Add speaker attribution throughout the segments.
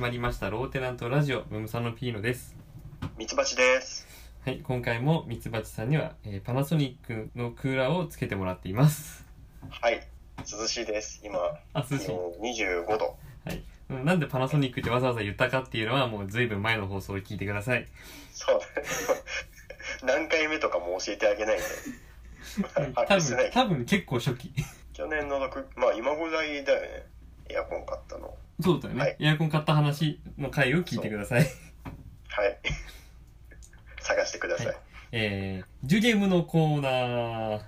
Speaker 1: まりましたローテナントラジオムムサノピーノです
Speaker 2: ミツバチです。
Speaker 1: はい今回もミツバチさんには、えーパナソニックのクーラーをつけてもらっています
Speaker 2: はい、涼しいです。今、
Speaker 1: あ涼しい
Speaker 2: 気温25度。
Speaker 1: はいうんなんでパナソニックってわざわざ言ったかっていうのはもうずいぶん前の放送を聞いてください
Speaker 2: そう だね。何回目とかも教えてあげないんで。把
Speaker 1: 多
Speaker 2: 握してな
Speaker 1: 分
Speaker 2: い。
Speaker 1: 多分結構初期
Speaker 2: 去年の6、まあ今ぐらいだよね。エアコン買ったの。
Speaker 1: そうだよね、
Speaker 2: はい
Speaker 1: エアコン買った話の回を聞いてください
Speaker 2: はい。 探してください。
Speaker 1: はいえー、ジュゲムのコーナー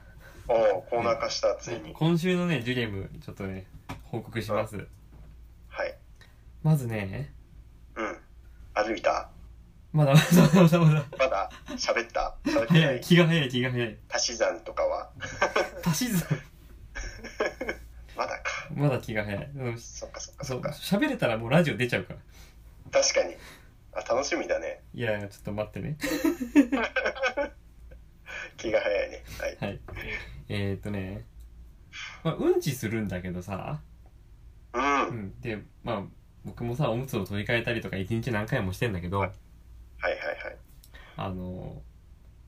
Speaker 2: おお、コーナー化した、ついに。
Speaker 1: 今週のねジュゲムちょっとね報告します
Speaker 2: はい。
Speaker 1: まずね
Speaker 2: うん。歩いた
Speaker 1: まだまだまだまだ
Speaker 2: まだ喋った喋ってな
Speaker 1: 早い
Speaker 2: い
Speaker 1: 気が早い気が早い
Speaker 2: 足し算とかは
Speaker 1: 足し算
Speaker 2: まだか。
Speaker 1: まだ気が早いうん
Speaker 2: そっかそっか
Speaker 1: そ
Speaker 2: そうっか。
Speaker 1: 喋れたらもうラジオ出ちゃうから
Speaker 2: 確かに。あ、楽しみだね。
Speaker 1: いやいやちょっと待ってね
Speaker 2: 気が早いね。はい。
Speaker 1: はいえー、っとね、まあ、うんちするんだけどさ、
Speaker 2: うん。
Speaker 1: うん、でまあ僕もさおむつを取り替えたりとか一日何回もしてんだけど、
Speaker 2: はいはいはい。
Speaker 1: あの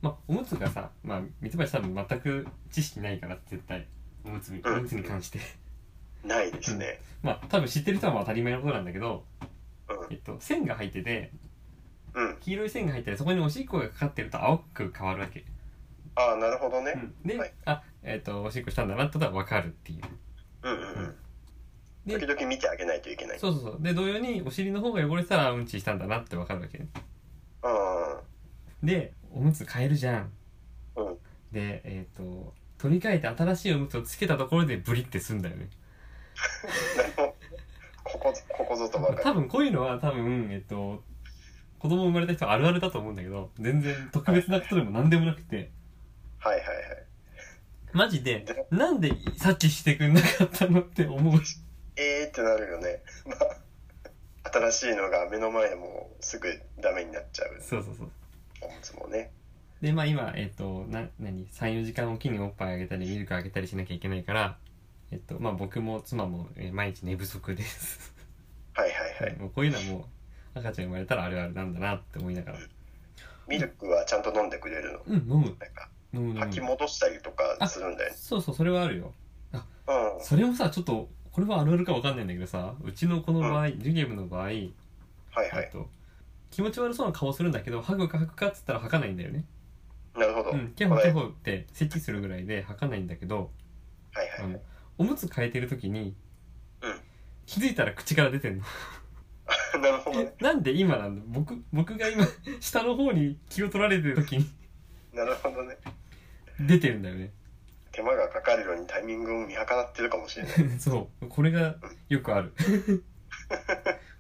Speaker 1: まあおむつがさまあ三橋多分全く知識ないから絶対おむつにお
Speaker 2: うん
Speaker 1: むつに関して
Speaker 2: ないですね。
Speaker 1: まあ多分知ってる人は当たり前のことなんだけど、
Speaker 2: う
Speaker 1: えっと、線が入ってて
Speaker 2: ん。うん。
Speaker 1: 黄色い線が入っててそこにおしっこがかかってると青く変わるわけ、
Speaker 2: ああ、なるほど
Speaker 1: う
Speaker 2: ね。
Speaker 1: ん、で、
Speaker 2: はい
Speaker 1: あえっとおしっこしたんだなってことは分かるっていう
Speaker 2: うんうんうん。
Speaker 1: で
Speaker 2: 時々見てあげないといけない。
Speaker 1: そうそうそうで同様にお尻の方が汚れてたらうんちしたんだなって分かるわけね
Speaker 2: あ
Speaker 1: でおむつ変えるじゃん
Speaker 2: あ、うん。
Speaker 1: でえっ、と取り替えて新しいおむつをつけたところでブリってすんだよね
Speaker 2: ここぞ、ここぞとばか
Speaker 1: 多分こういうのは多分えっ、と子供生まれた人あるあるだと思うんだけど全然特別なことでも何でもなくて
Speaker 2: り。はいはいはい。
Speaker 1: マジでなんでさっきしてくんなかったのって 思う
Speaker 2: ええー、ってなるよね。まあ、新しいのが目の前でもうすぐダメになっちゃう。
Speaker 1: そうそうそう
Speaker 2: おむつもね。
Speaker 1: でまあ今えっ、とな何34時間おきにおっぱいあげたりミルクあげたりしなきゃいけないからえっとまあ僕も妻も、えー毎日寝不足です
Speaker 2: はいはいはい。
Speaker 1: もうこういうのはもう赤ちゃん生まれたらあるあるなんだなって思いながら
Speaker 2: ミルクはちゃんと飲んでくれるの。
Speaker 1: うん飲む
Speaker 2: なんか、
Speaker 1: 飲む飲む
Speaker 2: 吐き戻したりとかするんだよね。
Speaker 1: そうそうそれはあるよ
Speaker 2: うん。
Speaker 1: それもさちょっとこれはあるあるかわかんないんだけどさうちの子の場合、ジュゲムの場合、え
Speaker 2: はいは
Speaker 1: っ
Speaker 2: い。
Speaker 1: と気持ち悪そうな顔するんだけど吐くか吐くかっつったら吐かないんだよね
Speaker 2: なるほど。
Speaker 1: うんキャホキャホって咳するぐらいで吐かないんだけど
Speaker 2: はいはい
Speaker 1: あ
Speaker 2: はい。
Speaker 1: のおむつ変えてる時に、
Speaker 2: うん
Speaker 1: 気づいたら口から出てんの
Speaker 2: なるほどね。
Speaker 1: なんで今なんだ僕僕が今下の方に気を取られてる時に
Speaker 2: なるほどね。
Speaker 1: 出てるんだよね
Speaker 2: 手間がかかるようにタイミングを見計らってるかもしれな い。
Speaker 1: そうこれがよくあ る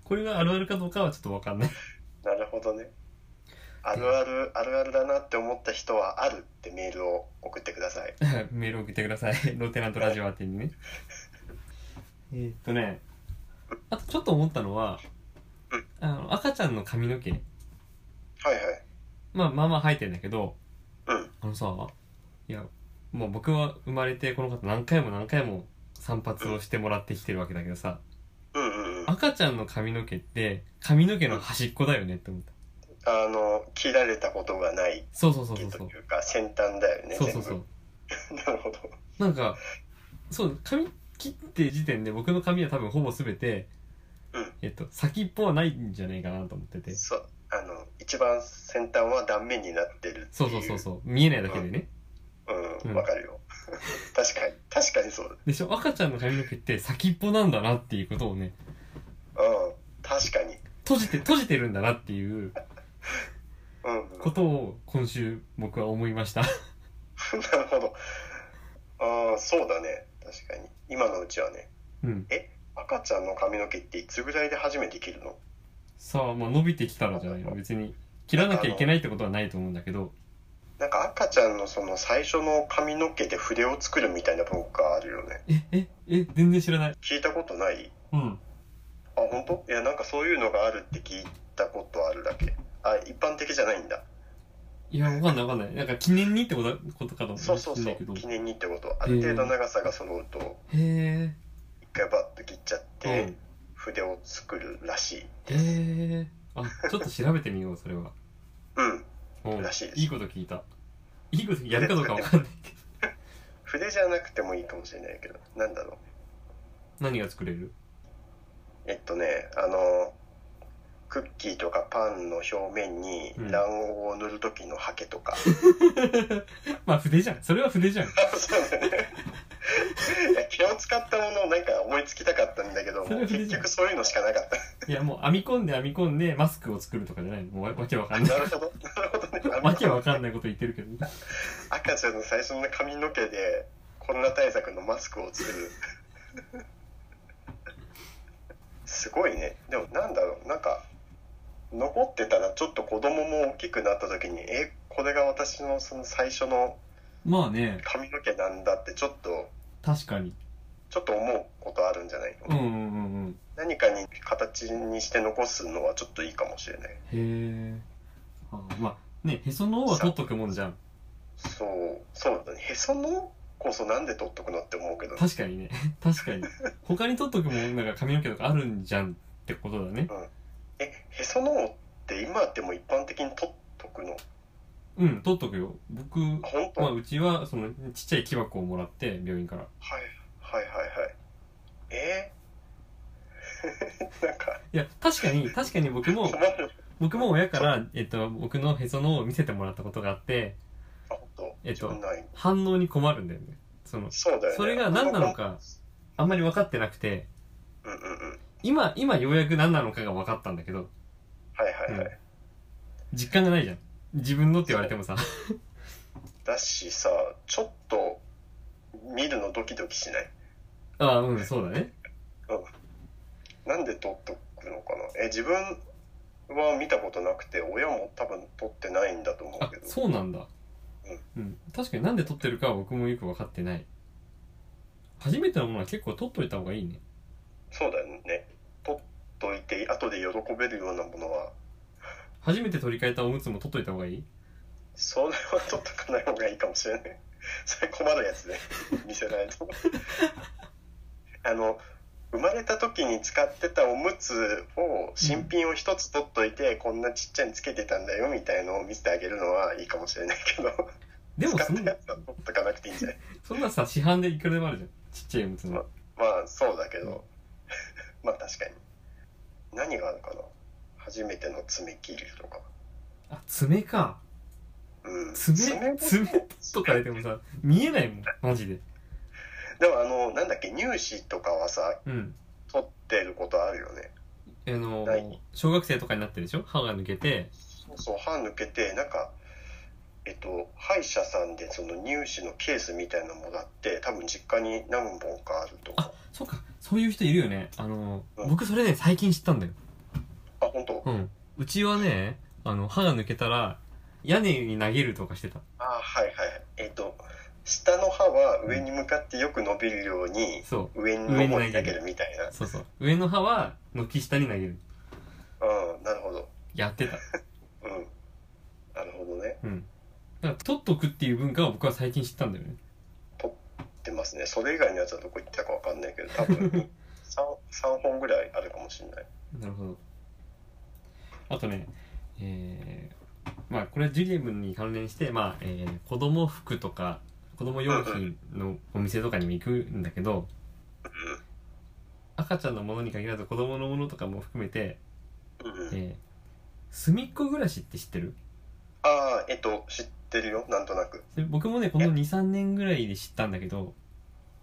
Speaker 1: これがあるあるかどうかはちょっとわかんない
Speaker 2: なるほどね。あるある、あるあるだなって思った人は、あるってメールを送ってください。
Speaker 1: メール送ってください。 ローテナントラジオ宛てにね。えーっとね、あとちょっと思ったのは
Speaker 2: うん、
Speaker 1: あの赤ちゃんの髪の毛、
Speaker 2: はいはい。
Speaker 1: まあまあまあ生えてんだけど、
Speaker 2: うん。
Speaker 1: あのさ、いや、もう僕は生まれてこの方何回も何回も散髪をしてもらってきてるわけだけどさ、
Speaker 2: うんうんうん。あ
Speaker 1: 赤ちゃんの髪の毛って髪の毛の端っこだよねって思った。
Speaker 2: の、切られたことがない
Speaker 1: そうそうそう
Speaker 2: 毛
Speaker 1: そうそ
Speaker 2: と
Speaker 1: う。
Speaker 2: いうか、先端だよね、
Speaker 1: そうそうそう。
Speaker 2: 全部。なるほど。
Speaker 1: なんかそう髪切って時点で僕の髪は多分ほぼ全て、
Speaker 2: うん
Speaker 1: えっと、先っぽはないんじゃないかなと思ってて
Speaker 2: そう。あの、一番先端は断面になってるっていう。
Speaker 1: そうそうそうそう見えないだけでね、
Speaker 2: う、
Speaker 1: うんん
Speaker 2: わかるよ。 確かに。確かにそう
Speaker 1: でしょ赤ちゃんの髪の毛って先っぽなんだなっていうことをね
Speaker 2: だ。うん。確かに。
Speaker 1: 閉じて閉じてるんだなっていう
Speaker 2: うんうん。
Speaker 1: ことを今週僕は思いました
Speaker 2: なるほど。ああ、そうだね。確かに。今のうちはね。
Speaker 1: うん
Speaker 2: 赤ちゃんの髪の毛っていつぐらいで初めて切るの
Speaker 1: さあまあ伸びてきたらじゃないの別に切らなきゃいけないってことはないと思うんだけど
Speaker 2: なんか赤ちゃんのその最初の髪の毛で筆を作るみたいな文化があるよね
Speaker 1: えええ全然知らない
Speaker 2: 聞いたことない
Speaker 1: うん
Speaker 2: あ本当？いやなんかそういうのがあるって聞いたことあるだけあ一般的じゃないんだ
Speaker 1: いやわかんないわかんないなんか記念にってことことかと思
Speaker 2: そうそう
Speaker 1: うん
Speaker 2: そ
Speaker 1: だけど
Speaker 2: う
Speaker 1: へ
Speaker 2: 記念にってことある程度長さが揃うと
Speaker 1: え
Speaker 2: 一回バッと切っちゃって、
Speaker 1: うん
Speaker 2: 筆を作るらしい
Speaker 1: へ
Speaker 2: です。
Speaker 1: えあちょっと調べてみようそれは
Speaker 2: うん。
Speaker 1: おう
Speaker 2: らしいです
Speaker 1: いいこと聞いたいいことやるかどうかわかんない けど
Speaker 2: 筆じゃなくてもいいかもしれないけど、なんだろう。
Speaker 1: 何が作れる
Speaker 2: えっとね、あの、クッキーとかパンの表面に
Speaker 1: うん
Speaker 2: 卵黄を塗る時のハケとか。
Speaker 1: まあ筆じゃんそれは筆じゃん
Speaker 2: そうだね。いや昨日使ったものをなんか思いつきたかったんだけど、
Speaker 1: それ
Speaker 2: もう
Speaker 1: は筆
Speaker 2: 結
Speaker 1: じゃん
Speaker 2: 局そういうのしかなかった。
Speaker 1: いやもう編み込んで編み込んでマスクを作るとかじゃないのもうわわけわ かんない
Speaker 2: なるほど。なるほ どね。
Speaker 1: わけわかんないこと言ってるけど
Speaker 2: 赤ちゃんの最初の髪の毛で、コロナ対策のマスクを作る。 すごいね。でもなんだろう、なんか、残ってたらちょっと子供も大きくなった時に、え、これが私のその最初の
Speaker 1: まあね
Speaker 2: 髪の毛なんだってちょっと、
Speaker 1: 確かに
Speaker 2: ちょっと思うことあるんじゃないの、
Speaker 1: うんうんうんうん
Speaker 2: 何かに形にして残すのはちょっといいかもしれない。
Speaker 1: へえあまあねへその緒は取っとくもんじゃん
Speaker 2: そう、そうだね。へそのこそなんで取っとくのって思うけど、
Speaker 1: 確かにね 確かに他に取っとくもんなんか髪の毛とかあるんじゃんってことだね
Speaker 2: え、へその緒って今でも一般的に取っとくの
Speaker 1: うん取っとくよ僕
Speaker 2: あ、本当、
Speaker 1: まあ、
Speaker 2: はいう
Speaker 1: ちはそのちっちゃい木箱をもらって病院から
Speaker 2: はいはいはい。え ーなんか、
Speaker 1: いや確かに確かに僕も
Speaker 2: 困る。
Speaker 1: 僕も親から、えっと、僕のへその緒を見せてもらったことがあって
Speaker 2: あ、本当
Speaker 1: えっと
Speaker 2: 自分ない
Speaker 1: 反応に困るんだよねその
Speaker 2: そうだよね。
Speaker 1: それが何なのかあんまり分かってなくて
Speaker 2: うんうんうん。
Speaker 1: 今今ようやく何なのかが分かったんだけど
Speaker 2: はいはいはい。
Speaker 1: う実感がないじゃん自分のって言われてもさ
Speaker 2: だしさ、ちょっと見るのドキドキしない
Speaker 1: ああうんそうだね
Speaker 2: なんで取っとくのかなえ、自分は見たことなくて、親も多分取ってないんだと思う
Speaker 1: あ
Speaker 2: けど。
Speaker 1: そうなんだうん確かになんで撮ってるかは僕もよく分かってない初めてのものは結構撮っといた方がいいね
Speaker 2: そうだよね。取っといて、後で喜べるようなものは、
Speaker 1: 初めて取り替えたおむつも取っといた方がいい
Speaker 2: それは取っとかない方がいいかもしれない。 それ困る やつね。見せないと。 あの、生まれた時に使ってたおむつを、新品を一つ取っといて、こんなちっちゃいにつけてたんだよみたいのを見せてあげるのはいいかもしれないけど、
Speaker 1: でも
Speaker 2: 使
Speaker 1: そ
Speaker 2: った
Speaker 1: ん
Speaker 2: やつは取っとかなくていいんじゃない
Speaker 1: そんなさ市販でいくらでもあるじゃんちっちゃいおむつの
Speaker 2: まあそうだけど、 まあ確かに。何があるかな初めての爪切りとか。
Speaker 1: あ爪か
Speaker 2: うん、
Speaker 1: 爪爪とかでもさ見えないもんマジで
Speaker 2: でもあのなんだっけ乳歯とかはさ
Speaker 1: うん
Speaker 2: 取ってることあるよね
Speaker 1: あの
Speaker 2: ない
Speaker 1: 小学生とかになってるでしょ歯が抜けて
Speaker 2: そうそう歯抜けてなんかえっと歯医者さんでその乳歯のケースみたいなのもらって多分実家に何本かあると
Speaker 1: あそうかそういう人いるよねあの
Speaker 2: うん
Speaker 1: 僕それね最近知ったんだよ
Speaker 2: あ本当
Speaker 1: うんうちはねあの歯が抜けたら屋根に投げるとかしてた
Speaker 2: あはいはいえっと下の歯は上に向かってよく伸びるように
Speaker 1: そ
Speaker 2: 上に思い投げるみたいう
Speaker 1: そうそう上の歯は軒下に投げる
Speaker 2: なうんなるほど
Speaker 1: やってた
Speaker 2: うんなるほどね
Speaker 1: うんだから取っとくっていう文化を僕は最近知ったんだよね
Speaker 2: 出ますねそれ以外のやつはどこ行ったかわかんないけど多 分三三本ぐらいあるかもしれない
Speaker 1: なるほどあとねえー、まあこれはジュリエムに関連して、まあえー、子供服とか子供用品のお店とかにも行くんだけど赤ちゃんのものに限らず子供のものとかも含めて、
Speaker 2: うんうん
Speaker 1: えー、隅っこ暮らしって知ってる
Speaker 2: ああ、えっと、知ってるよ、なんとなく。
Speaker 1: それ僕もねこの23年ぐらいで知ったんだけど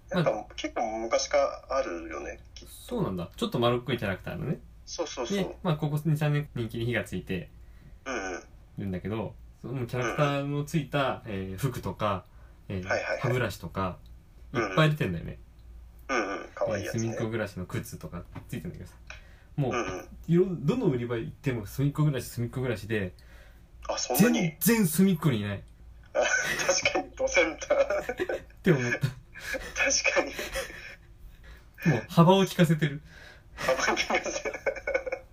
Speaker 2: なんか、結構昔からあるよね。き
Speaker 1: そうなんだちょっと丸っこいキャラクターのね
Speaker 2: そうそうそう。
Speaker 1: で、まあ、ここ23年人気に火がついて
Speaker 2: うんうん。
Speaker 1: るんだけどそのキャラクターのついた、えー服とか、えー
Speaker 2: はいはいはい
Speaker 1: 歯ブラシとかい
Speaker 2: うん
Speaker 1: っぱい出てんだよね、
Speaker 2: うんうん。かわい
Speaker 1: え
Speaker 2: い
Speaker 1: ー
Speaker 2: やつ
Speaker 1: 隅っ
Speaker 2: ね。
Speaker 1: こ暮らしの靴とかついてんだけどさも
Speaker 2: うんう。
Speaker 1: うんいろどの売り場行っても隅っこ暮らし隅っこ暮らしで
Speaker 2: あ、そんなに
Speaker 1: 全然隅っこにいないっ
Speaker 2: 確かに、ドセンター。確
Speaker 1: て思った
Speaker 2: かに。
Speaker 1: もう幅を利かせてる
Speaker 2: 幅利かせ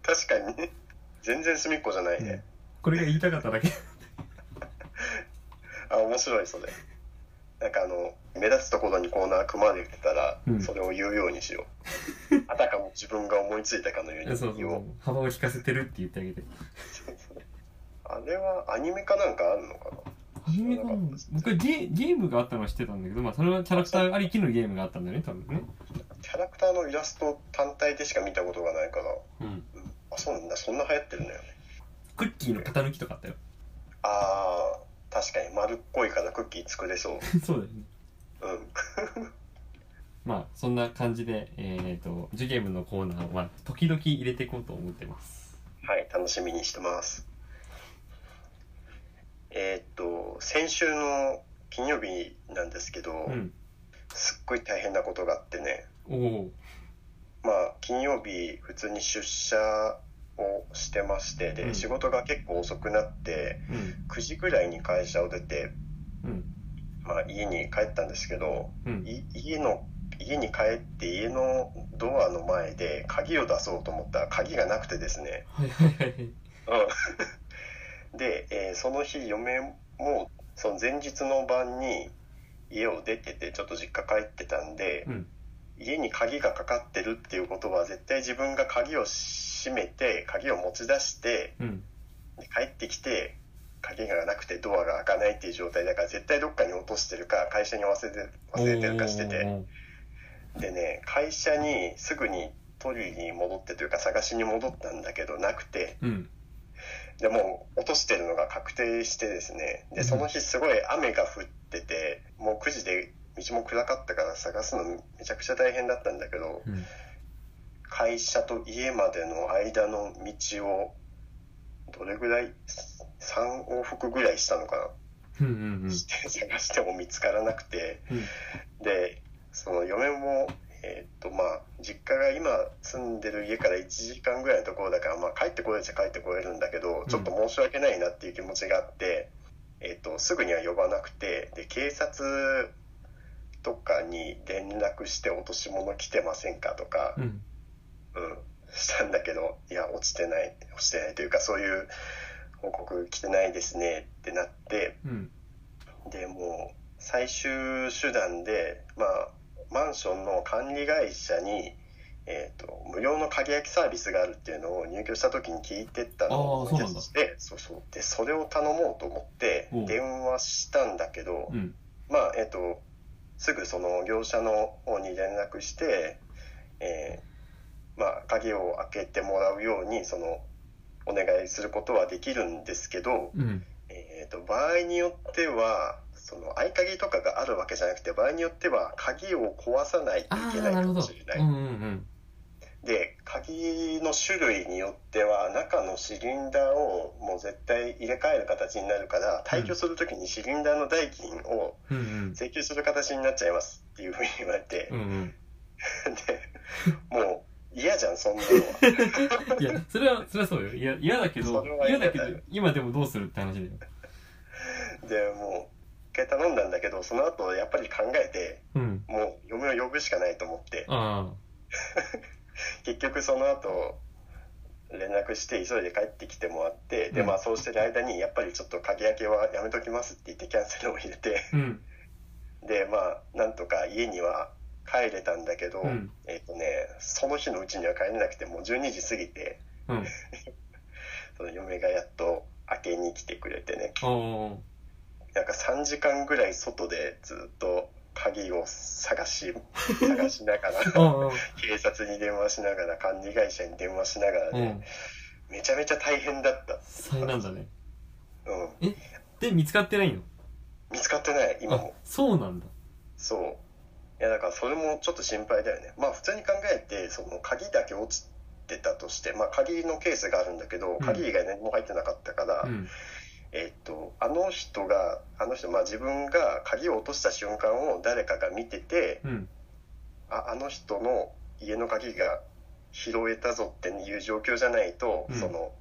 Speaker 2: 確かにね。全然隅っこじゃないね。
Speaker 1: これが言いたかっただけ
Speaker 2: あ、面白い、それ。なんかあの、目立つところにコーナー組まれてたら、
Speaker 1: うん
Speaker 2: それを言うようにしよ う。あたかも自分が思いついたかのよう
Speaker 1: そうそう
Speaker 2: に
Speaker 1: そ
Speaker 2: 言おう
Speaker 1: う。幅を引かせてるって言ってあげて
Speaker 2: あれはアニメかなんかあるのかな
Speaker 1: アニメかも僕はゲゲームがあったのは知ってたんだけど、まあ、それはキャラクターありきのゲームがあったんだよね多分ね
Speaker 2: キャラクターのイラスト単体でしか見たことがないから、
Speaker 1: うん
Speaker 2: うんあ、そうなんだ、そんな流行ってるんだよね。
Speaker 1: クッキーの型抜きとかあったよ
Speaker 2: あー、確かに丸っこいからクッキー作れそう。
Speaker 1: そうだよね
Speaker 2: うん。
Speaker 1: まあそんな感じでえっ、とジュゲームのコーナーは時々入れていこうと思ってます
Speaker 2: はい、楽しみにしてます。えーっと、先週の金曜日なんですけど、
Speaker 1: うん
Speaker 2: すっごい大変なことがあってね、
Speaker 1: おお
Speaker 2: まあ、金曜日、普通に出社をしてまして、で、
Speaker 1: うん
Speaker 2: 仕事が結構遅くなって、
Speaker 1: うん
Speaker 2: 9時ぐらいに会社を出て、
Speaker 1: うん
Speaker 2: まあ、家に帰ったんですけど、
Speaker 1: うん
Speaker 2: い家の、家に帰って家のドアの前で鍵を出そうと思ったら鍵がなくてですね、
Speaker 1: はいはいはいはい
Speaker 2: うんで、えーその日嫁もその前日の晩に家を出ててちょっと実家帰ってたんで、
Speaker 1: うん
Speaker 2: 家に鍵がかかってるっていうことは絶対自分が鍵を閉めて鍵を持ち出して
Speaker 1: うん
Speaker 2: で帰ってきて鍵がなくてドアが開かないっていう状態だから絶対どっかに落としてるか会社に忘れて忘れてるかしてて
Speaker 1: おー
Speaker 2: でね会社にすぐに取りに戻ってというか探しに戻ったんだけどなくて
Speaker 1: うん
Speaker 2: でもう落としてるのが確定してですね
Speaker 1: う
Speaker 2: で
Speaker 1: ん
Speaker 2: その日すごい雨が降っててもう9時で道も暗かったから探すのめちゃくちゃ大変だったんだけど
Speaker 1: うん
Speaker 2: 会社と家までの間の道をどれぐらい3往復ぐらいしたのか
Speaker 1: うんうんうん
Speaker 2: なして探しても見つからなくてでその嫁もえーっとまあ実家が今住んでる家から1時間ぐらいのところだから、まあ、帰ってこれるっちゃ帰ってこれるんだけどちょっと申し訳ないなっていう気持ちがあって、えーっとすぐには呼ばなくてで警察とかに連絡して落とし物来てませんかとか、
Speaker 1: うん
Speaker 2: うん、したんだけどいや落ちてない落ちてないというかそういう報告来てないですねってなって。
Speaker 1: うん
Speaker 2: でもう最終手段で、まあ、マンションの管理会社に、えー、と無料の鍵開きサービスがあるっていうのを入居した時に聞いてったのを
Speaker 1: あーそうなんだ
Speaker 2: 思い出してそうそうでそれを頼もうと思って
Speaker 1: うん
Speaker 2: 電話したんだけど、
Speaker 1: うん
Speaker 2: まあえっ、とすぐその業者の方に連絡して、えーまあ、鍵を開けてもらうようにそのお願いすることはできるんですけど、
Speaker 1: うん
Speaker 2: えー、と場合によってはその合鍵とかがあるわけじゃなくて場合によっては鍵を壊さないと
Speaker 1: あ
Speaker 2: いけ
Speaker 1: あ
Speaker 2: ない
Speaker 1: な
Speaker 2: か
Speaker 1: るほ
Speaker 2: も
Speaker 1: ど
Speaker 2: しれない、
Speaker 1: うんうん
Speaker 2: で鍵の種類によっては中のシリンダーをもう絶対入れ替える形になるから退去する時にシリンダーの代金を
Speaker 1: うんうん
Speaker 2: 請求する形になっちゃいますっていうふうに言われて
Speaker 1: う、んうん
Speaker 2: でもう嫌じゃんそんなのは
Speaker 1: いやそれはそれはそうよいや嫌だけど
Speaker 2: それは
Speaker 1: 嫌
Speaker 2: 嫌だ
Speaker 1: だ
Speaker 2: よ
Speaker 1: けど今でもどうするって話だよ
Speaker 2: でもう一回頼んだんだけどその後やっぱり考えて
Speaker 1: うん
Speaker 2: もう嫁を呼ぶしかないと思って
Speaker 1: あ
Speaker 2: 結局その後連絡して急いで帰ってきてもらって、で
Speaker 1: うん
Speaker 2: まあそうしてる間にやっぱりちょっと鍵開けはやめときますって言ってキャンセルを入れて
Speaker 1: あうん
Speaker 2: でまあなんとか家には帰れたんだけど、
Speaker 1: うん
Speaker 2: えっ、とねその日のうちには帰れなくてもう12時過ぎて
Speaker 1: うん
Speaker 2: その嫁がやっと開けに来てくれてね
Speaker 1: おお
Speaker 2: なんか3時間ぐらい外でずっと鍵を 探し探しなが
Speaker 1: ーあ
Speaker 2: ら
Speaker 1: ー
Speaker 2: 警察に電話しながら管理会社に電話しながら
Speaker 1: う
Speaker 2: ね
Speaker 1: ん
Speaker 2: めちゃめちゃ大変だった。
Speaker 1: 災難だね
Speaker 2: うん、
Speaker 1: で見つかってないの
Speaker 2: 見つかってない今
Speaker 1: あ
Speaker 2: も
Speaker 1: そうなんだ
Speaker 2: そういやだからそれもちょっと心配だよねまあ普通に考えてその鍵だけ落ちてたとしてまあ鍵のケースがあるんだけど
Speaker 1: うん
Speaker 2: 鍵以外何も入ってなかったから、
Speaker 1: うん
Speaker 2: えっとあの人があの人まあ自分が鍵を落とした瞬間を誰かが見てて
Speaker 1: うん
Speaker 2: ああの人の家の鍵が拾えたぞっていう状況じゃないと、
Speaker 1: うん
Speaker 2: その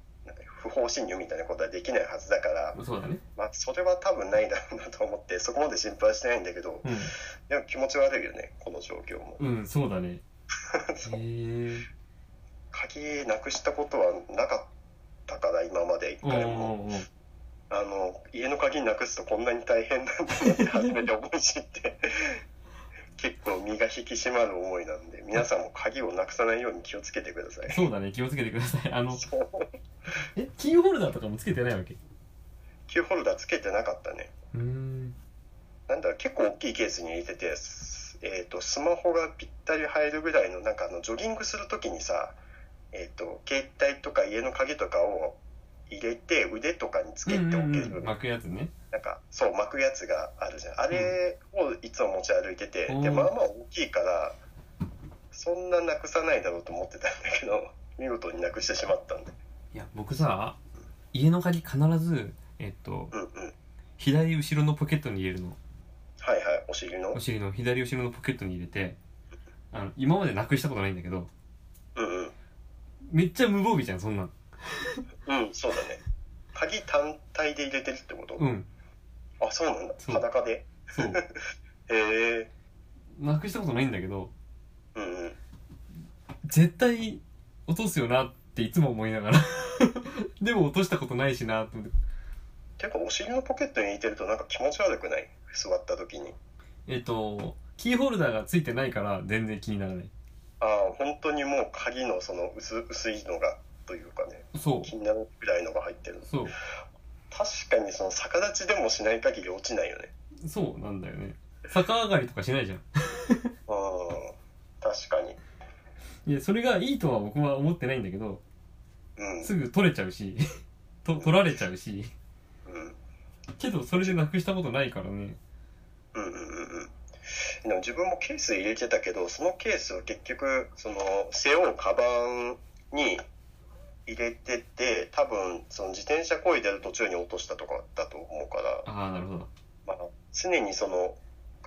Speaker 2: 不法侵入みたいなことはできないはずだから、
Speaker 1: そうだね
Speaker 2: まあ、それは多分ないだろうなと思ってそこまで心配してないんだけど、でも気持ち悪いよね、この状況も。
Speaker 1: うんうんそうだねへえ
Speaker 2: 鍵なくしたことはなかったから、今まで一
Speaker 1: おー
Speaker 2: 回も。
Speaker 1: おーおー
Speaker 2: あの家の鍵なくすとこんなに大変なんだなって初めて思い知って 結構身が引き締まる思いなんで皆さんも鍵をなくさないように気をつけてください
Speaker 1: そうだね気をつけてくださいあの
Speaker 2: そう
Speaker 1: えキーホルダーとかもつけてないわけ
Speaker 2: キーホルダーつけてなかったね
Speaker 1: うーん
Speaker 2: なんだろう結構大きいケースに入れてて、すえー、とスマホがぴったり入るぐらいのなんかあのジョギングするときにさ、えー、と携帯とか家の鍵とかを入れて腕とかにつけておける、
Speaker 1: うん巻くやつね
Speaker 2: なんかそう巻くやつがあるじゃんあれをいつも持ち歩いてて、
Speaker 1: うん
Speaker 2: でまあまあ大きいからそんななくさないだろうと思ってたんだけど 見事になくしてしまったんで
Speaker 1: いや僕さ家の鍵必ずえっと
Speaker 2: うんうんはい
Speaker 1: 左後ろのポケットに入れるの
Speaker 2: はいお尻の
Speaker 1: お尻の左後ろのポケットに入れてあの今までなくしたことないんだけど
Speaker 2: うんうん
Speaker 1: めっちゃ無防備じゃんそんなん
Speaker 2: うんそうだね鍵単体で入れてるってこと、
Speaker 1: うん
Speaker 2: あそうなんだ
Speaker 1: そう
Speaker 2: 裸で
Speaker 1: そう
Speaker 2: へえ
Speaker 1: なくしたことないんだけど
Speaker 2: うんうん
Speaker 1: 絶対落とすよなっていつも思いながら でも落としたことないしなと思って
Speaker 2: ていうかお尻のポケットに入れてるとなんか気持ち悪くない座った時に
Speaker 1: えっとキーホルダーがついてないから全然気にならない
Speaker 2: ああ本当にもう鍵のその薄薄いのがというかね
Speaker 1: そ
Speaker 2: 気になるぐらいのが入ってる
Speaker 1: うそう
Speaker 2: 確かにその逆立ちでもしない限り落ちないよね
Speaker 1: そうなんだよね逆上がりとかしないじゃん
Speaker 2: うん確かに
Speaker 1: いやそれがいいとは僕は思ってないんだけど
Speaker 2: うん
Speaker 1: すぐ取れちゃうし と取られちゃうし
Speaker 2: うん
Speaker 1: けどそれでなくしたことないからね
Speaker 2: うんうんうんうんでも自分もケース入れてたけどそのケースを結局その背負うカバンに入れてて多分その自転車こいでる途中に落としたとかだと思うから、
Speaker 1: ああなるほど
Speaker 2: まあ、常にその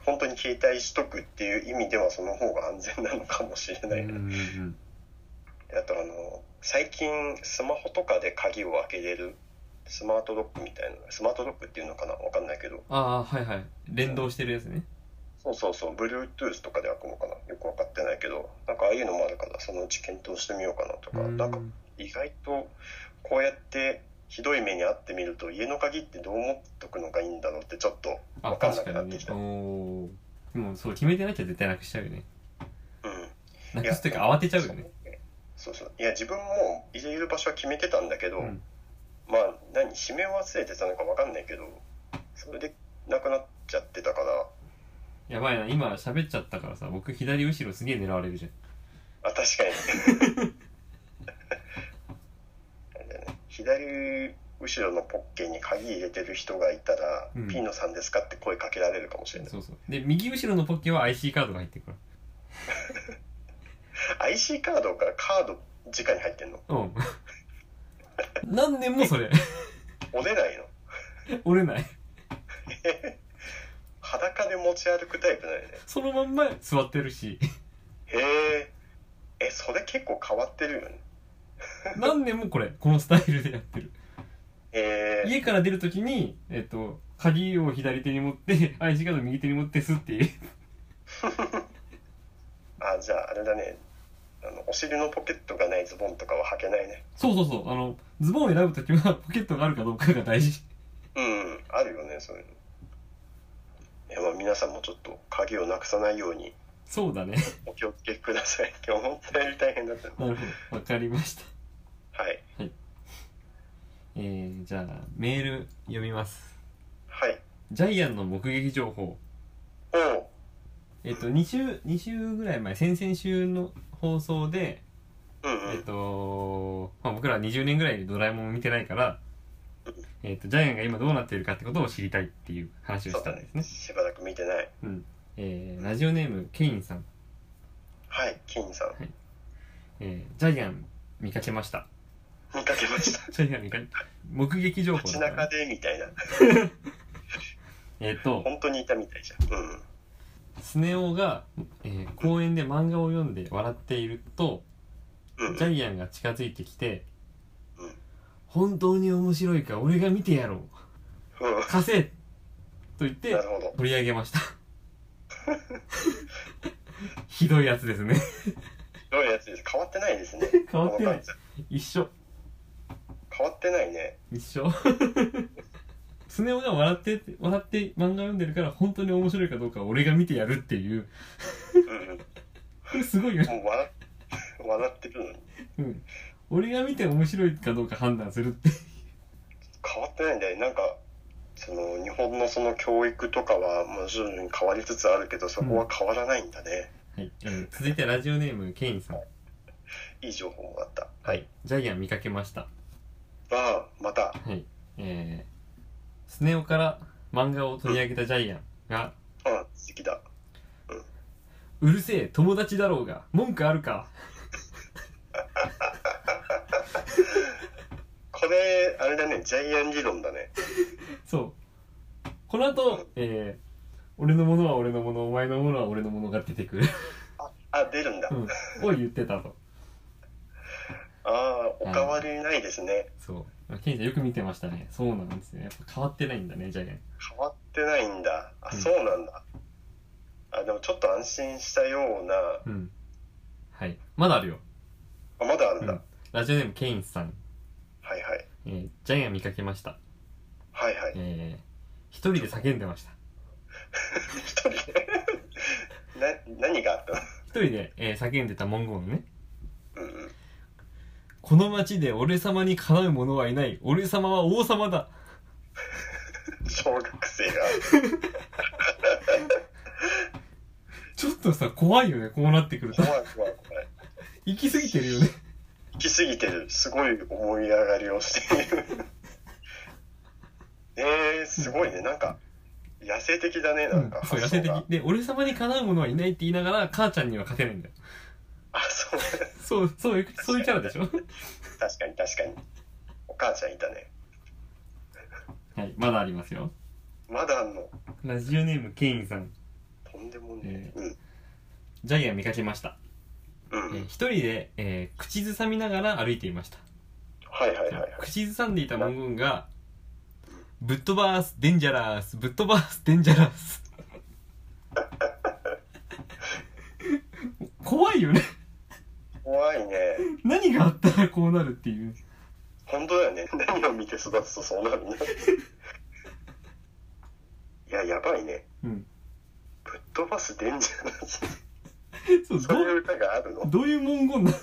Speaker 2: 本当に携帯しとくっていう意味ではその方が安全なのかもしれ
Speaker 1: う
Speaker 2: ないね、
Speaker 1: んうんうん
Speaker 2: あとあの最近スマホとかで鍵を開けれるスマートロックみたいなスマートロックっていうのかなわかんないけど
Speaker 1: ああはいはい連動してるやつね
Speaker 2: そうそうそう Bluetooth とかで開くのかなよく分かってないけどなんかああいうのもあるからそのうち検討してみようかなとか
Speaker 1: うん
Speaker 2: なんか意外とこうやってひどい目に遭ってみると家の鍵ってどう持っとくのがいいんだろうってちょっと
Speaker 1: あ
Speaker 2: 分かんな
Speaker 1: 確
Speaker 2: く
Speaker 1: か
Speaker 2: なっ
Speaker 1: に
Speaker 2: て
Speaker 1: ね
Speaker 2: き
Speaker 1: お
Speaker 2: た、
Speaker 1: おーでもそう決めてなきゃ絶対なくしちゃうよね
Speaker 2: うん
Speaker 1: ないく
Speaker 2: や
Speaker 1: すというか慌てちゃうよね
Speaker 2: そうそういや自分も入れる場所は決めてたんだけど、
Speaker 1: うん
Speaker 2: まあ何締め忘れてたのか分かんないけどそれでなくなっちゃってたから
Speaker 1: やばいな今喋っちゃったからさ僕左後ろすげえ狙われるじゃん
Speaker 2: あ確かに あれだね左後ろのポッケに鍵入れてる人がいたら「
Speaker 1: うん
Speaker 2: ピーノさんですか?」って声かけられるかもしれない
Speaker 1: そうそうで右後ろのポッケは IC カードが入ってるか
Speaker 2: IC カードからカード直に入ってんの
Speaker 1: ら うん何年もそれ
Speaker 2: 折れないの
Speaker 1: 折れない
Speaker 2: 裸で持ち歩くタイプだよね
Speaker 1: そのまんま座ってるし
Speaker 2: へええそれ結構変わってるよね
Speaker 1: 何年もこれこのスタイルでやってる
Speaker 2: ええ
Speaker 1: 家から出るときに、えっと、鍵を左手に持って IC カードを右手に持ってすっていう
Speaker 2: あじゃああれだねあのお尻のポケットがないズボンとかは履けないね
Speaker 1: そうそうそうあのズボンを選ぶときはポケットがあるかどうかが大事
Speaker 2: うんあるよねそういうのいやまあ皆さんもちょっと鍵をなくさないように
Speaker 1: そうだね
Speaker 2: お気をつけください今日本当に大変だったね
Speaker 1: なるほどわかりました
Speaker 2: はい
Speaker 1: えー、じゃあメール読みます
Speaker 2: はい
Speaker 1: ジャイアンの目撃情報
Speaker 2: おう
Speaker 1: えっと2週2週ぐらい前先々週の放送で、
Speaker 2: うんう
Speaker 1: えっ
Speaker 2: ん
Speaker 1: とまあ、僕ら20年ぐらいドラえもんを見てないから、えっと、ジャイアンが今どうなっているかってことを知りたいっていう話を
Speaker 2: そう
Speaker 1: した
Speaker 2: だ
Speaker 1: んで
Speaker 2: ね
Speaker 1: すね
Speaker 2: しばらく見てない
Speaker 1: うんえーラジオネームケインさん、
Speaker 2: はい金さん
Speaker 1: えージャイアン見かけました
Speaker 2: 見かけました
Speaker 1: ジャイアン見かけ目撃情報
Speaker 2: 街
Speaker 1: だから
Speaker 2: 中でみたいな
Speaker 1: えっと
Speaker 2: 本当にいたみたいじゃんうん
Speaker 1: スネ夫が、えー公園で漫画を読んで笑っていると
Speaker 2: うん
Speaker 1: ジャイアンが近づいてきて
Speaker 2: うん
Speaker 1: 「本当に面白いか俺が見てやろう
Speaker 2: うん
Speaker 1: 貸せ!」と言って
Speaker 2: なるほど
Speaker 1: 取り上げました ひどいやつですね
Speaker 2: どういうやつです変わってないですね
Speaker 1: 変わってない
Speaker 2: この感
Speaker 1: 一緒
Speaker 2: じ変わってないね
Speaker 1: 一緒 スネ夫が笑ってて、笑って漫画読んでるから、本当に面白いかどうかは俺が見てやるっていう、
Speaker 2: うん
Speaker 1: これすごいよね。
Speaker 2: もう笑っ笑ってるのに
Speaker 1: うん。俺が見て面白いかどうか判断するって。
Speaker 2: 変わってないんだよねなんかその日本のその教育とかはもう徐々に変わりつつあるけどそこは変わらないんだね、
Speaker 1: はい。えー続いてラジオネーム、ケインさん。
Speaker 2: いい情報があった
Speaker 1: はい。ジャイアン見かけました。
Speaker 2: ああまた
Speaker 1: はい。えー、スネ夫から漫画を取り上げたジャイアンが、
Speaker 2: うん好きだ
Speaker 1: うるせえ、友達だろうが、文句あるか。
Speaker 2: これあれだねジャイアン理論だね
Speaker 1: そう。この後、えー、俺のものは俺のもの、お前のものは俺のものが出てくる。
Speaker 2: あ出るんだ、
Speaker 1: うん。を言ってたと。
Speaker 2: ああお変わりないですね、
Speaker 1: そう。ケイちゃんよく見てましたね。そうなんですね。やっぱ変わってないんだね、ジャイアン。
Speaker 2: 変わってないんだあ
Speaker 1: うん
Speaker 2: そうなんだ、あでもちょっと安心したような
Speaker 1: うん。はい。まだあるよ。
Speaker 2: あまだあるんだ、
Speaker 1: うんラジオネームケインさん。
Speaker 2: はいはい
Speaker 1: えージャイアン見かけました。
Speaker 2: はいはい
Speaker 1: えー、一人で叫んでました。
Speaker 2: 一人でな何があったの
Speaker 1: 一人で、えー叫んでた文言ね。
Speaker 2: うんうん
Speaker 1: この町で俺様にかなう者はいない。俺様は王様だ。
Speaker 2: 小学生が
Speaker 1: ちょっとさ、怖いよね、こうなってくると
Speaker 2: 怖。い怖い怖い
Speaker 1: 行き過ぎてるよね。
Speaker 2: 行き過ぎてるすごい思い上がりをしている えー、すごいねなんか野生的だねなんか、
Speaker 1: そう、
Speaker 2: 発
Speaker 1: 野
Speaker 2: 想
Speaker 1: 生
Speaker 2: が
Speaker 1: 的。で、俺様にかなう者はいないって言いながら、母ちゃんには勝てないんだよ。
Speaker 2: あそう
Speaker 1: そう、そういう、そういうキャラでしょ
Speaker 2: 確かに確かにお母ちゃんいたね
Speaker 1: はい、まだありますよ。
Speaker 2: まだあんの
Speaker 1: ラジオネームケインさん。
Speaker 2: とんでもねえ、
Speaker 1: ジャイアン見かけました。
Speaker 2: うん
Speaker 1: え
Speaker 2: う
Speaker 1: ー
Speaker 2: ん
Speaker 1: 一人で、えー口ずさみながら歩いていました。
Speaker 2: はいはいはいはい
Speaker 1: 口ずさんでいた文言が、ぶっ飛ばす、デンジャラース、ぶっ飛ばす、デンジャラース。 怖いよね。
Speaker 2: 怖いね
Speaker 1: 何があったらこうなるっていう。
Speaker 2: 本当だよね 何を見て育つとそうなる ねいややばいね
Speaker 1: うん。
Speaker 2: ぶっ飛ばすデンジャーな
Speaker 1: そう、
Speaker 2: そう
Speaker 1: ど、
Speaker 2: いうう歌があるの
Speaker 1: どういう文言なの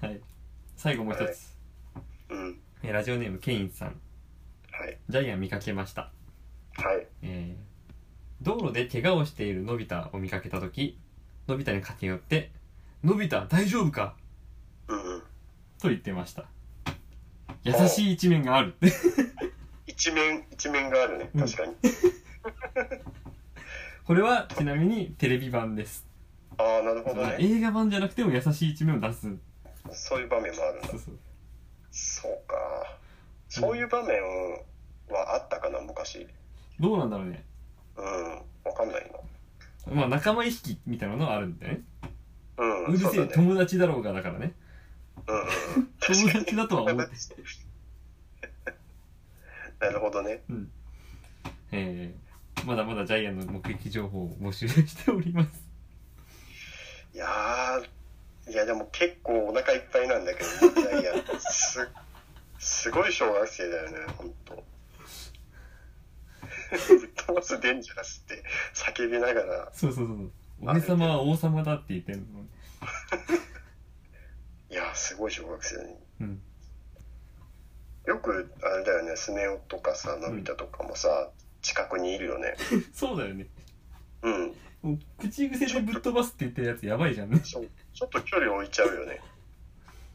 Speaker 1: はい。最後もう一つ。
Speaker 2: うん
Speaker 1: えーラジオネームケインさん。
Speaker 2: はい
Speaker 1: ジャイアン見かけました。
Speaker 2: はい
Speaker 1: えー道路で怪我をしているのび太を見かけた時のび太に駆け寄って「のび太大丈夫か?
Speaker 2: うんうん」
Speaker 1: と言ってました優しい一面がある
Speaker 2: 一面一面があるね
Speaker 1: うん
Speaker 2: 確かに、
Speaker 1: これはちなみにテレビ版です
Speaker 2: ああなるほ
Speaker 1: だ
Speaker 2: ど
Speaker 1: から
Speaker 2: ね
Speaker 1: 映画版じゃなくても優しい一面を出す
Speaker 2: そういう場面もあるんだ
Speaker 1: そうそう
Speaker 2: そうかそういう場面はあったかな昔
Speaker 1: どうなんだろうね
Speaker 2: うんわかんない
Speaker 1: まあ仲間意識みたいなのはあるんでね
Speaker 2: なうん
Speaker 1: うる
Speaker 2: そう
Speaker 1: せえ
Speaker 2: だね
Speaker 1: 友達だろうがだからね
Speaker 2: うんうんうん確
Speaker 1: 友
Speaker 2: かに
Speaker 1: 達だとは思って
Speaker 2: なるほどね
Speaker 1: えーまだまだジャイアンの目撃情報を募集しております
Speaker 2: いやーいやでも結構お腹いっぱいなんだけど、ね、いやいやすすごい小学生だよね本当ぶっ飛ばすデンジャラスって叫びながら
Speaker 1: そうそうそう俺様は王様だって言ってるのね
Speaker 2: いやーすごい小学生に
Speaker 1: うん
Speaker 2: よくあれだよねスネ夫とかさのび太とかもさ、近くにいるよね
Speaker 1: そうだよね
Speaker 2: うん
Speaker 1: もう口癖でぶっ飛ばすって言ってるやつやばいじゃんね。
Speaker 2: そうちょっと距離置いちゃうよね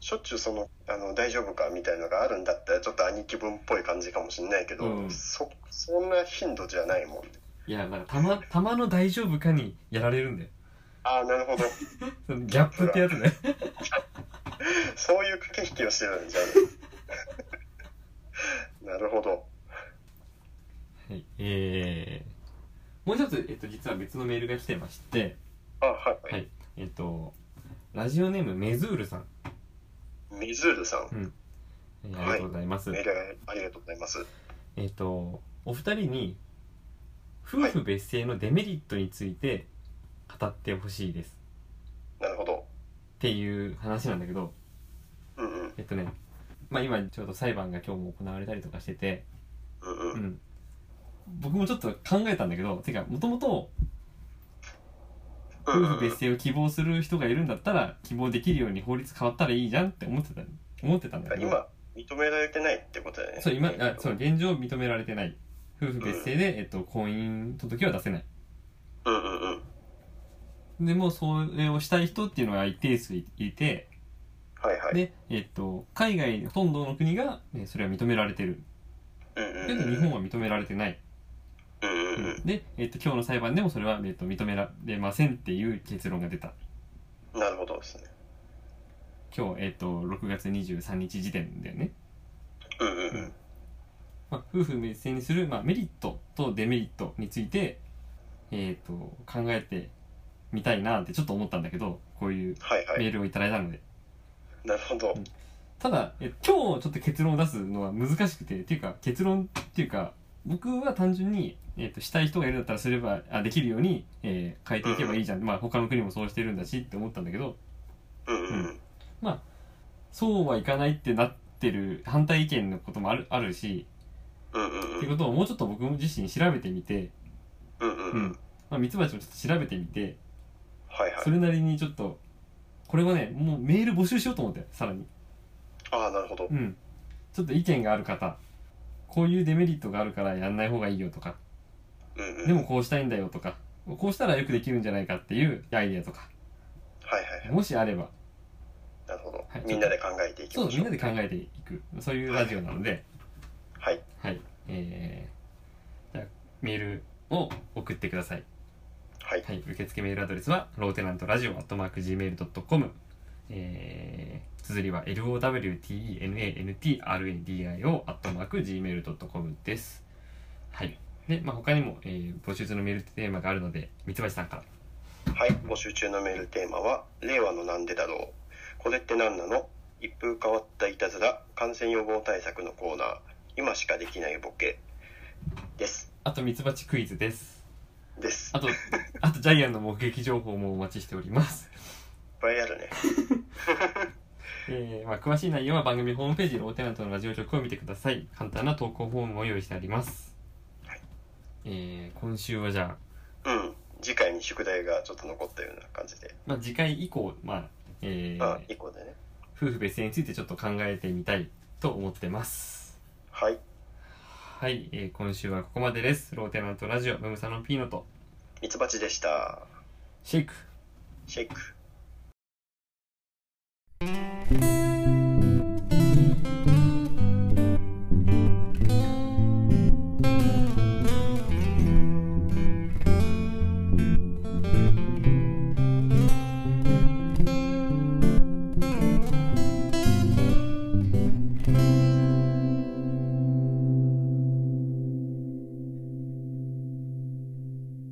Speaker 2: しょっちゅうそのあの大丈夫かみたいのがあるんだったらちょっと兄貴分っぽい感じかもしれないけど、
Speaker 1: うん
Speaker 2: そそんな頻度じゃないもんね
Speaker 1: いや、なんかたま、たまの大丈夫かにやられるんだよ。
Speaker 2: ああなる ほど
Speaker 1: そのギャップってやつね。
Speaker 2: そういう駆け引きをしてるん じゃあなるほど
Speaker 1: はい。えー、もう一つ、えっと、実は別のメールが来てまして、
Speaker 2: あはい、
Speaker 1: はいえっと、ラジオネームメズールさん。
Speaker 2: ミズールさん
Speaker 1: えーありがとうございます。
Speaker 2: メールありがとうございます
Speaker 1: えっと、お二人に、夫婦別姓のデメリットについて語ってほしいです。
Speaker 2: なるほど
Speaker 1: っていう話なんだけど、
Speaker 2: うんうん
Speaker 1: えっとね、まあ、今ちょうど裁判が今日も行われたりとかしてて、
Speaker 2: うんう
Speaker 1: うんん、僕もちょっと考えたんだけどてかもともと
Speaker 2: うん
Speaker 1: 夫
Speaker 2: うん
Speaker 1: 婦別姓を希望する人がいるんだったら希望できるように法律変わったらいいじゃんって思ってた思ってたんだけど
Speaker 2: 今認められてないってことだよね
Speaker 1: そう今あそう現状認められてない夫婦別姓で、えっと、婚姻届は出せない
Speaker 2: うんうんうん
Speaker 1: でもうそれをしたい人っていうのが一定数いて
Speaker 2: はいはい
Speaker 1: で、えっと、海外ほとんどの国が、ね、それは認められてる
Speaker 2: うんうん
Speaker 1: けど日本は認められてない、
Speaker 2: うんうんうん
Speaker 1: で、えっと、今日の裁判でもそれは、えっと、認められませんっていう結論が出た
Speaker 2: なるほどですね
Speaker 1: 今日、えっと、6月23日時点だよね、
Speaker 2: うんうんうん
Speaker 1: まあ、夫婦別姓にする、まあ、メリットとデメリットについて、えっと考えてみたいなってちょっと思ったんだけどこういう
Speaker 2: はいは
Speaker 1: メ
Speaker 2: い
Speaker 1: ールをいただいたので、
Speaker 2: なるほど
Speaker 1: ただえ今日ちょっと結論を出すのは難しくてっていうか結論っていうか僕は単純に、えっとしたい人がいるんだったらすればあできるように、えー変えていけばいいじゃん、まあ、他の国もそうしてるんだしって思ったんだけど
Speaker 2: うんうんうん
Speaker 1: そうはいかないってなってる反対意見のこともあるあるし
Speaker 2: うんうん
Speaker 1: っ
Speaker 2: う
Speaker 1: ていうんことをもうちょっと僕自身調べてみて、
Speaker 2: うんうんうん
Speaker 1: まあ、ミツバチもちょっと調べてみて
Speaker 2: はいはい
Speaker 1: それなりにちょっとこれはねもうメール募集しようと思ってさらに
Speaker 2: ああなるほど
Speaker 1: うんちょっと意見がある方こういうデメリットがあるからやんない方がいいよとか
Speaker 2: うんうん
Speaker 1: でもこうしたいんだよとかこうしたらよくできるんじゃないかっていうアイデアとか
Speaker 2: はいはい
Speaker 1: もしあれば
Speaker 2: なるほど
Speaker 1: はい
Speaker 2: みんなで考えていき
Speaker 1: そう
Speaker 2: ま
Speaker 1: み
Speaker 2: し
Speaker 1: ん
Speaker 2: ょ
Speaker 1: な
Speaker 2: う
Speaker 1: で考えていくそういうラジオなので
Speaker 2: はい
Speaker 1: はいえー、じゃあメールを送ってください
Speaker 2: はい
Speaker 1: はい、受付メールアドレスはローテナントラジオアットマーク Gmail.com えー、綴りは LOWTENANTRADIO アットマーク Gmail.com ですはいで、まあ、他にも、えー募集中のメールテーマがあるので三橋さんから
Speaker 2: はい募集中のメールテーマは「令和のなんでだろう」「これって何なの?」「一風変わったいたずら」「感染予防対策のコーナー」「今しかできないボケ」です
Speaker 1: あとミツバチクイズです
Speaker 2: です
Speaker 1: あとあとジャイアンの目撃情報もお待ちしております、
Speaker 2: いっぱいあるね
Speaker 1: えーまあ、詳しい内容は番組ホームページローテナントのラジオ局を見てください簡単な投稿フォームを用意してあります、
Speaker 2: はい
Speaker 1: えー今週はじゃあ
Speaker 2: うん次回に宿題がちょっと残ったような感じで、
Speaker 1: まあ、次回以降、まあえー
Speaker 2: あ以降でね
Speaker 1: 夫婦別姓についてちょっと考えてみたいと思ってます
Speaker 2: はい
Speaker 1: はい、えー今週はここまでですローテナントラジオムムサノンピーノと
Speaker 2: ミツバチでした
Speaker 1: シェイク
Speaker 2: シェイク